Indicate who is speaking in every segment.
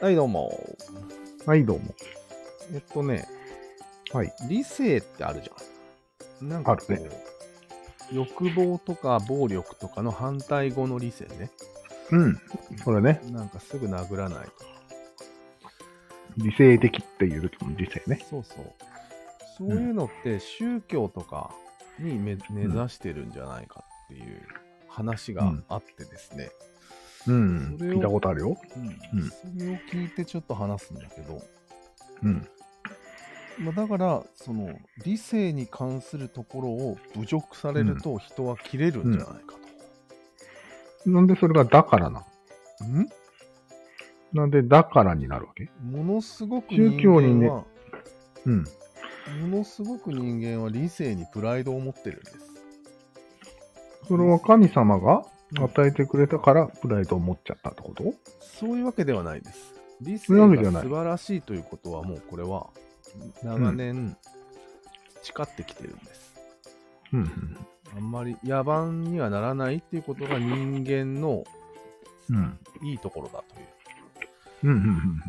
Speaker 1: はい、どうも。
Speaker 2: はい、どうも。
Speaker 1: えっとね、
Speaker 2: はい。
Speaker 1: 理性ってあるじゃん。なんかこう、
Speaker 2: ある
Speaker 1: 欲望とか暴力とかの反対語の理性ね。
Speaker 2: うん。それね、
Speaker 1: なんかすぐ殴らない。
Speaker 2: 理性的っていう時の理性ね。
Speaker 1: そうそう。そういうのって宗教とかにめ根ざしてるんじゃないかっていう話があってですね。
Speaker 2: うん。
Speaker 1: それを
Speaker 2: 聞いたことあるよ。
Speaker 1: うん
Speaker 2: うん
Speaker 1: それを聞いてちょっと話すんだけど、
Speaker 2: うん。
Speaker 1: まあ、だからその理性に関するところを侮辱されると人は切れるんじゃないか
Speaker 2: なんでそれがだからな。
Speaker 1: と。ん
Speaker 2: なんでだからになるわけ
Speaker 1: ものすごく人
Speaker 2: 宗教に
Speaker 1: 間
Speaker 2: ね
Speaker 1: は、
Speaker 2: うん。
Speaker 1: ものすごく人間は理性にプライドを持ってるんです。
Speaker 2: それは神様が与えてくれたからプライドを持っちゃったってこと
Speaker 1: そういうわけではないです。理性
Speaker 2: そういうわけじ
Speaker 1: が
Speaker 2: ゃない
Speaker 1: 素晴らしいということはもうこれは長年培ってきてるんです。
Speaker 2: うんうん。
Speaker 1: あんまり野蛮にはならないっていうことが人間の
Speaker 2: うん。
Speaker 1: いいところだという。
Speaker 2: うんうんうん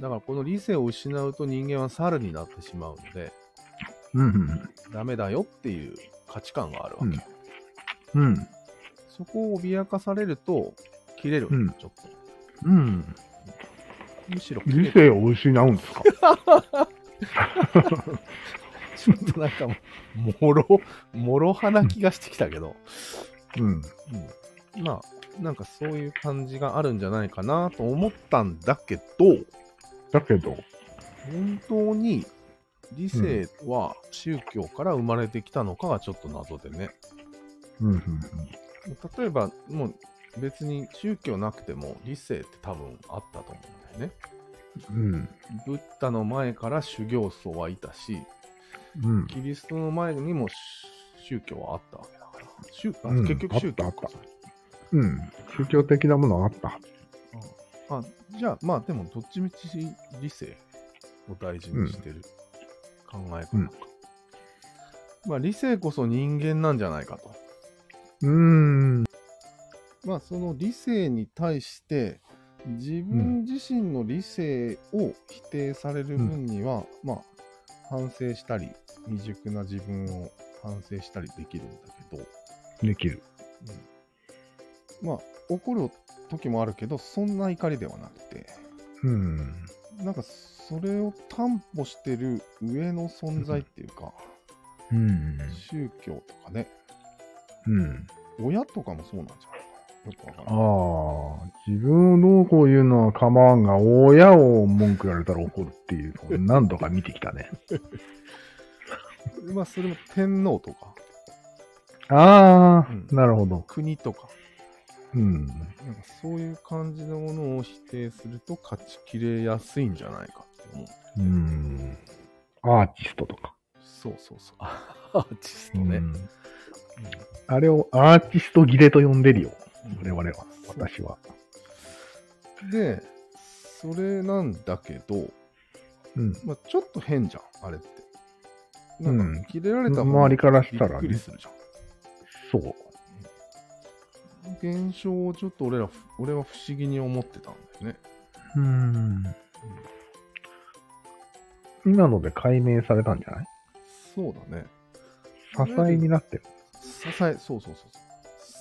Speaker 1: だからこの理性を失うと人間は猿になってしまうので、
Speaker 2: うん。うんうん
Speaker 1: ダメだよっていう価値観があるわけ。
Speaker 2: うんうん。うん。
Speaker 1: そこを脅かされると、切れる、
Speaker 2: うん
Speaker 1: ちょっと。
Speaker 2: うん。
Speaker 1: むしろ切れ
Speaker 2: 理
Speaker 1: る。
Speaker 2: 性を失うんですか
Speaker 1: ちょっとなんかもう、もろ、もろ派な気がしてきたけど、
Speaker 2: うん。
Speaker 1: うん、まあ、なんかそういう感じがあるんじゃないかなと思ったんだけど、
Speaker 2: だけど、
Speaker 1: 本当に理性は宗教から生まれてきたのかがちょっと謎でね。
Speaker 2: うんうん
Speaker 1: 例えば、もう別に宗教なくても理性って多分あったと思うんだよね。
Speaker 2: うん。うん。
Speaker 1: ブッダの前から修行僧はいたし、
Speaker 2: うん。
Speaker 1: キリストの前にも宗教はあったわけだから。宗あ
Speaker 2: うん
Speaker 1: 結局宗教
Speaker 2: あったあっうん。宗教的なものはあったはず。
Speaker 1: あじゃあまあでもどっちみち理性を大事にしてる考え方か、
Speaker 2: うん
Speaker 1: まあ理性こそ人間なんじゃないかと
Speaker 2: うーん。
Speaker 1: まあその理性に対して自分自身の理性を否定される分には、まあ反省したり未熟な自分を反省したりできるんだけど、
Speaker 2: できる。
Speaker 1: まあ怒る時もあるけどそんな怒りではなくて
Speaker 2: うん。
Speaker 1: なんかそれを担保してる上の存在っていうか、
Speaker 2: うん。
Speaker 1: 宗教とかね、
Speaker 2: うん。
Speaker 1: 親とかもそうなんじゃないかな。よくわからない。
Speaker 2: ああ、自分をどうこう言うのは構わんが、親を文句言われたら怒るっていうのを何度か見てきたね。
Speaker 1: まあそれも天皇とか
Speaker 2: ああ、
Speaker 1: うん
Speaker 2: なるほど。
Speaker 1: 国とか、
Speaker 2: うん。
Speaker 1: なんかそういう感じのものを否定すると勝ちきれやすいんじゃないかって思う。
Speaker 2: うん。アーティストとか。
Speaker 1: そうそうそう。アーティスト
Speaker 2: う
Speaker 1: ね。
Speaker 2: んあれをアーティスト切れと呼んでるよ。
Speaker 1: うん
Speaker 2: 我々は。私は。
Speaker 1: で、それなんだけど、
Speaker 2: うん。
Speaker 1: まあ、ちょっと変じゃん、あれって。なん
Speaker 2: うん
Speaker 1: か、切れられた方
Speaker 2: 周りからし
Speaker 1: び
Speaker 2: た
Speaker 1: っ
Speaker 2: ら
Speaker 1: くり
Speaker 2: ね、
Speaker 1: するじゃん。
Speaker 2: そう。
Speaker 1: 現象をちょっと俺ら、俺は不思議に思ってたんだよね。
Speaker 2: うーん。今ので解明されたんじゃない
Speaker 1: そうだね。
Speaker 2: 支えになってる。
Speaker 1: 支え、そうそうそうそう。
Speaker 2: うん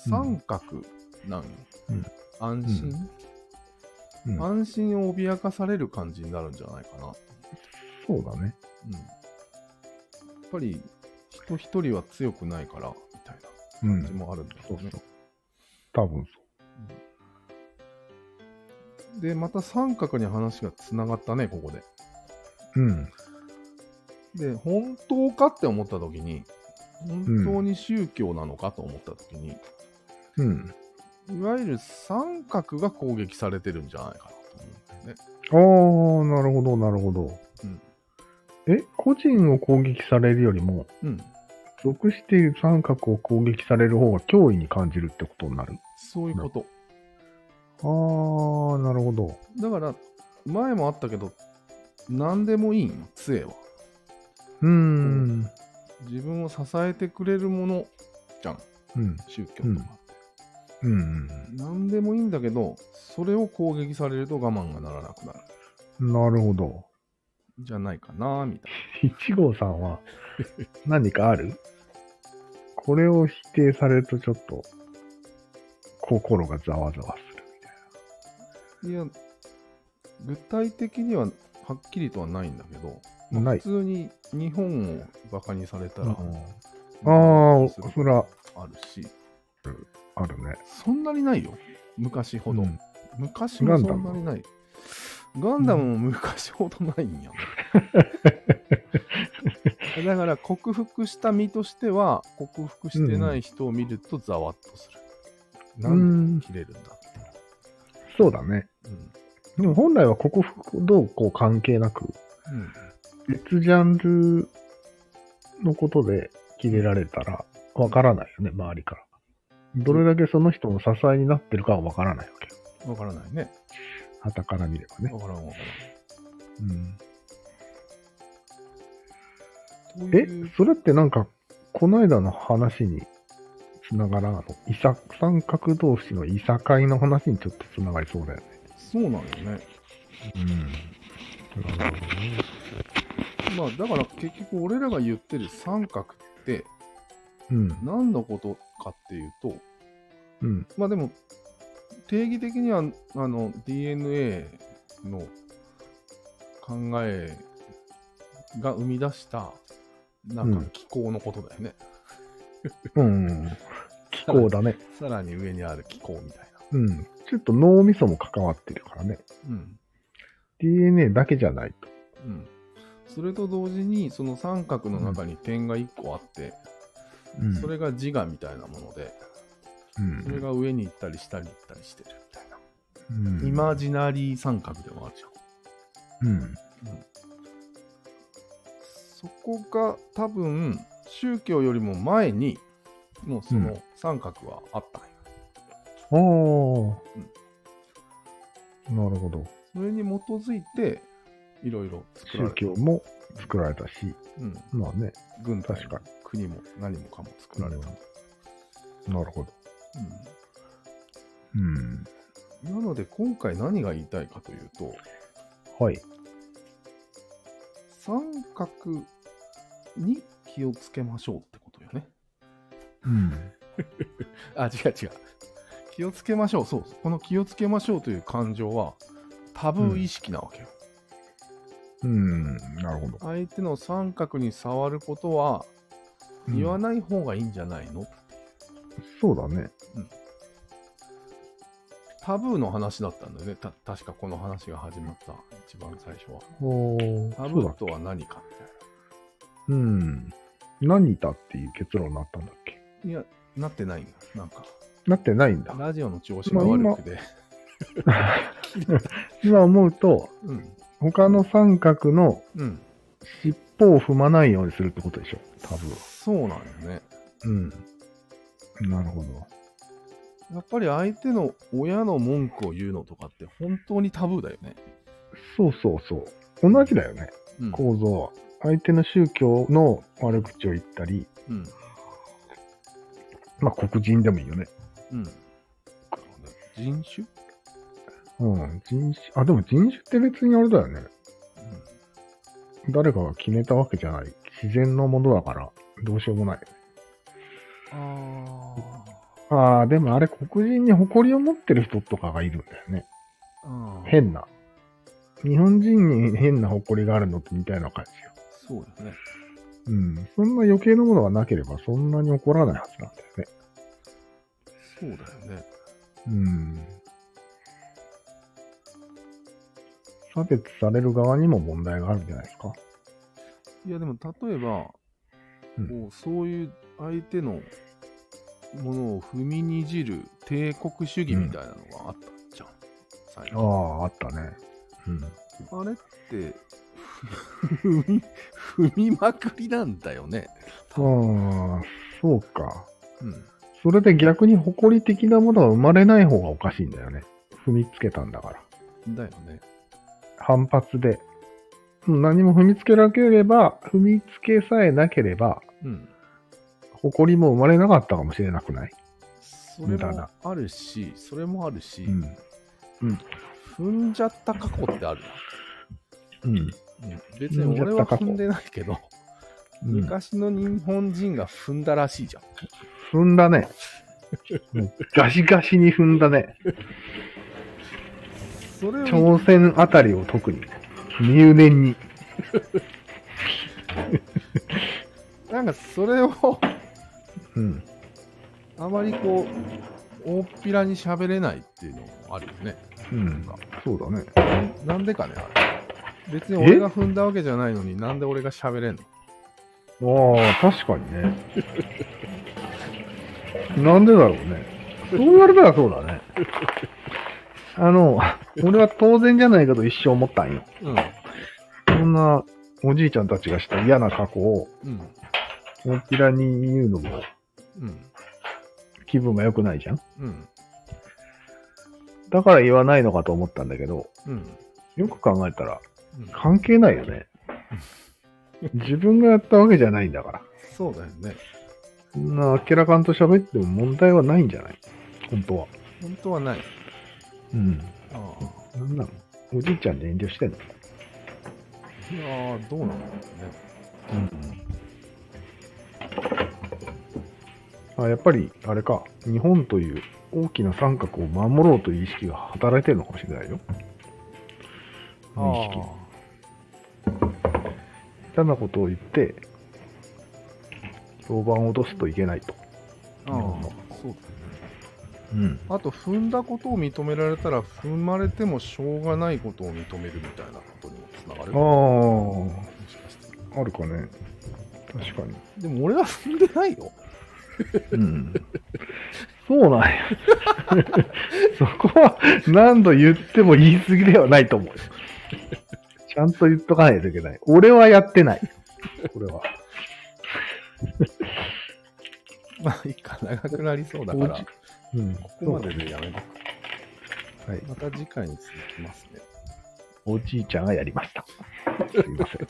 Speaker 1: 三角なんよ。
Speaker 2: うん
Speaker 1: 安心、
Speaker 2: うん、
Speaker 1: 安心を脅かされる感じになるんじゃないかな。
Speaker 2: そうだね。
Speaker 1: うん、やっぱり人一人は強くないから、みたいな
Speaker 2: う
Speaker 1: 感じ
Speaker 2: ん。
Speaker 1: もあるんだ
Speaker 2: そ
Speaker 1: ろ
Speaker 2: う
Speaker 1: うね。
Speaker 2: そう。多分そ
Speaker 1: で、また三角に話がつながったね、ここで。
Speaker 2: う。うん。
Speaker 1: で、本当かって思った時に、本当に宗教なのかと思った時に、
Speaker 2: うん。
Speaker 1: いわゆる三角が攻撃されてるんじゃないかなと思うんだよね。
Speaker 2: ああ、なるほど、なるほど。
Speaker 1: うん
Speaker 2: え、個人を攻撃されるよりも、
Speaker 1: うん。
Speaker 2: 属している三角を攻撃される方が脅威に感じるってことになる。
Speaker 1: そういうこと。
Speaker 2: ああ、なるほど。
Speaker 1: だから、前もあったけど、何でもいいんよ、杖は。
Speaker 2: うーん。
Speaker 1: 自分を支えてくれるものじゃん、
Speaker 2: うん。
Speaker 1: 宗教とかって。
Speaker 2: うん。
Speaker 1: 何でもいいんだけど、それを攻撃されると我慢がならなくなる。
Speaker 2: なるほど。
Speaker 1: じゃないかな、みたい
Speaker 2: 一号さんは何かあるこれを否定されるとちょっと心がざわざわするみたい
Speaker 1: な。いや、具体的にははっきりとはないんだけど、まあ
Speaker 2: ない
Speaker 1: 普通に日本をバカにされたら、
Speaker 2: な。ああ、そ
Speaker 1: れ
Speaker 2: ら
Speaker 1: あるし、
Speaker 2: あるね。
Speaker 1: そんなにないよ、昔ほど。
Speaker 2: うん
Speaker 1: 昔も
Speaker 2: ガン
Speaker 1: そ
Speaker 2: ダ
Speaker 1: ん
Speaker 2: ム
Speaker 1: なにない。ガンダムも昔ほどない んや。だから克服した身としては、克服してない人を見るとざわっとする。
Speaker 2: う
Speaker 1: なんで
Speaker 2: ん、
Speaker 1: 切れるんだって。
Speaker 2: そうだね。
Speaker 1: うん
Speaker 2: でも本来は克服どうこう関係なく、別ジャンルのことで切れられたらわからないよね、周りから。どれだけその人の支えになってるかはわからないわけ。
Speaker 1: わからないね。
Speaker 2: はたから見ればね。
Speaker 1: わからんわか
Speaker 2: うん
Speaker 1: らん。と
Speaker 2: え
Speaker 1: いう、
Speaker 2: それってなんか、この間の話につながらなのいさ三角同士のいさかいの話にちょっとつながりそうだよね。
Speaker 1: そうなんよね。
Speaker 2: うん。なるほどね。
Speaker 1: まあ、だから結局俺らが言ってる三角って
Speaker 2: うん。
Speaker 1: 何のことかっていうと、
Speaker 2: うん。
Speaker 1: まあでも、定義的にはあの DNA の考えが生み出したなんか
Speaker 2: うん
Speaker 1: 気候のことだよね。
Speaker 2: うん。気候だね。
Speaker 1: さらに上にある気候みたいな。
Speaker 2: うん。ちょっと脳みそも関わってるからね。
Speaker 1: うん。
Speaker 2: DNA だけじゃないと。
Speaker 1: うん。それと同時に、その三角の中に点が1個あって、
Speaker 2: うん。
Speaker 1: それが自我みたいなもので、
Speaker 2: うん、
Speaker 1: それが上に行ったり下に行ったりしてるみたいな。
Speaker 2: うん、
Speaker 1: イマジナリー三角でもあるじゃん。
Speaker 2: うん。
Speaker 1: そこが多分宗教よりも前にもうそうの三角はあったんや、
Speaker 2: ああ、なるほど。
Speaker 1: それに基づいていろいろ作られ
Speaker 2: 宗
Speaker 1: た、
Speaker 2: 教も作られたし、
Speaker 1: うん、
Speaker 2: まあね、
Speaker 1: 軍隊
Speaker 2: 確
Speaker 1: も
Speaker 2: か
Speaker 1: 国も何もかも作られた、
Speaker 2: に。なるほど。
Speaker 1: う
Speaker 2: うん。
Speaker 1: んなので今回何が言いたいかというと
Speaker 2: はい。
Speaker 1: 三角に気をつけましょうってことよね
Speaker 2: うん。
Speaker 1: あ違う違う気をつけましょうそうこの気をつけましょうという感情はタブー意識なわけよ、
Speaker 2: うん、なるほど。
Speaker 1: 相手の三角に触ることは言わない方がいいんじゃないの、
Speaker 2: そうだね。
Speaker 1: タブーの話だったんだよねた確かこの話が始まった一番最初は
Speaker 2: おー
Speaker 1: タ
Speaker 2: そ
Speaker 1: ブ
Speaker 2: うだ
Speaker 1: ー。とは何かみたい
Speaker 2: うん。何だっていう結論になったんだっけ
Speaker 1: ないやなってないんだなんか
Speaker 2: なってないんだ。
Speaker 1: ラジオの調子が悪くで、
Speaker 2: 今思うと、
Speaker 1: うん
Speaker 2: 他の三角の
Speaker 1: うん
Speaker 2: 尻尾を踏まないようにするってことでしょ、タブーは。
Speaker 1: そうなんよね
Speaker 2: うん。なるほど。
Speaker 1: やっぱり相手の親の文句を言うのとかって本当にタブーだよね、
Speaker 2: そうそうそう。同じだよね、
Speaker 1: うん
Speaker 2: 構造は。相手の宗教の悪口を言ったり、
Speaker 1: うん
Speaker 2: まあ黒人でもいいよね。
Speaker 1: うん人種、
Speaker 2: うん。人種、あ、でも人種って別にあれだよね。
Speaker 1: うん
Speaker 2: 誰かが決めたわけじゃない。自然のものだから、どうしようもない。
Speaker 1: あー
Speaker 2: ああ、でもあれ黒人に誇りを持ってる人とかがいるんだよね。
Speaker 1: あー
Speaker 2: 変な。日本人に変な誇りがあるのってみたいな感じよ。
Speaker 1: そうだよね
Speaker 2: うん。そんな余計なものがなければそんなに怒らないはずなんだよね。
Speaker 1: そうだよね
Speaker 2: うん。差別される側にも問題があるんじゃないですか。
Speaker 1: いやでも例えば、
Speaker 2: うん
Speaker 1: こうそういう相手のものを踏みにじる帝国主義みたいなのがあったじゃん、最
Speaker 2: あ
Speaker 1: 近
Speaker 2: あ、あったね。うん。
Speaker 1: あれって 踏み踏みまくりなんだよね、
Speaker 2: ああ、そうか。
Speaker 1: うん、
Speaker 2: それで逆に誇り的なものが生まれない方がおかしいんだよね。踏みつけたんだから。
Speaker 1: だよね
Speaker 2: 反発で。うん何も踏みつけなければ、踏みつけさえなければ、
Speaker 1: うん
Speaker 2: 誇りも生まれなかったかもしれなくない
Speaker 1: それ
Speaker 2: 無駄
Speaker 1: も
Speaker 2: な
Speaker 1: あるし、それもあるし、
Speaker 2: うん。
Speaker 1: 踏んじゃった過去ってある
Speaker 2: うん。
Speaker 1: な。うん別に俺は踏んでないけど、
Speaker 2: うん、
Speaker 1: 昔の日本人が踏んだらしいじゃん。
Speaker 2: 踏んだね。うんガシガシに踏んだね。
Speaker 1: それを
Speaker 2: 朝鮮あたりを特に。入念に。
Speaker 1: なんかそれを
Speaker 2: うん。
Speaker 1: あまりこう大っぴらに喋れないっていうのもあるよね。
Speaker 2: うん。そうだね。
Speaker 1: なんでかねあれ。別に俺が踏んだわけじゃないのになんで俺が喋れんの
Speaker 2: ああ、確かにね。なんでだろうね。そう言われたらそうだね。あの、俺は当然じゃないかと一生思ったんよ。
Speaker 1: うん。
Speaker 2: そんなおじいちゃんたちがした嫌な過去を
Speaker 1: うん。
Speaker 2: 大っぴらに言うのも
Speaker 1: うん。
Speaker 2: 気分が良くないじゃん。
Speaker 1: うん。
Speaker 2: だから言わないのかと思ったんだけど、
Speaker 1: うん。
Speaker 2: よく考えたら
Speaker 1: うん
Speaker 2: 関係ないよね。自分がやったわけじゃないんだから。
Speaker 1: そうだよね。
Speaker 2: そんな明らかんと喋っても問題はないんじゃない本当は。
Speaker 1: 本当はない。
Speaker 2: うん。
Speaker 1: ああ
Speaker 2: なんなのおじいちゃんで遠慮してんの
Speaker 1: いやーどうなんだろうね。
Speaker 2: あやっぱり、あれか、日本という大きな三角を守ろうという意識が働いてるのかもしれないよ。無意識。嫌なことを言って、評判を落とすといけないと。
Speaker 1: ああああそうだよね。
Speaker 2: うん。
Speaker 1: あと踏んだことを認められたら踏まれてもしょうがないことを認めるみたいなことにもつながるも
Speaker 2: あ
Speaker 1: しかして。
Speaker 2: あ、あるかね。確かに。
Speaker 1: でも俺は踏んでないよ。
Speaker 2: うん。そうなんや。 そこは何度言っても言い過ぎではないと思うよ。ちゃんと言っとかないといけない。俺はやってない。これは。
Speaker 1: まあ、いいか、長くなりそうだから、こ
Speaker 2: うん。こ
Speaker 1: こまででやめとく。
Speaker 2: はい。
Speaker 1: また次回に続きますね。
Speaker 2: おじいちゃんがやりました。すいません。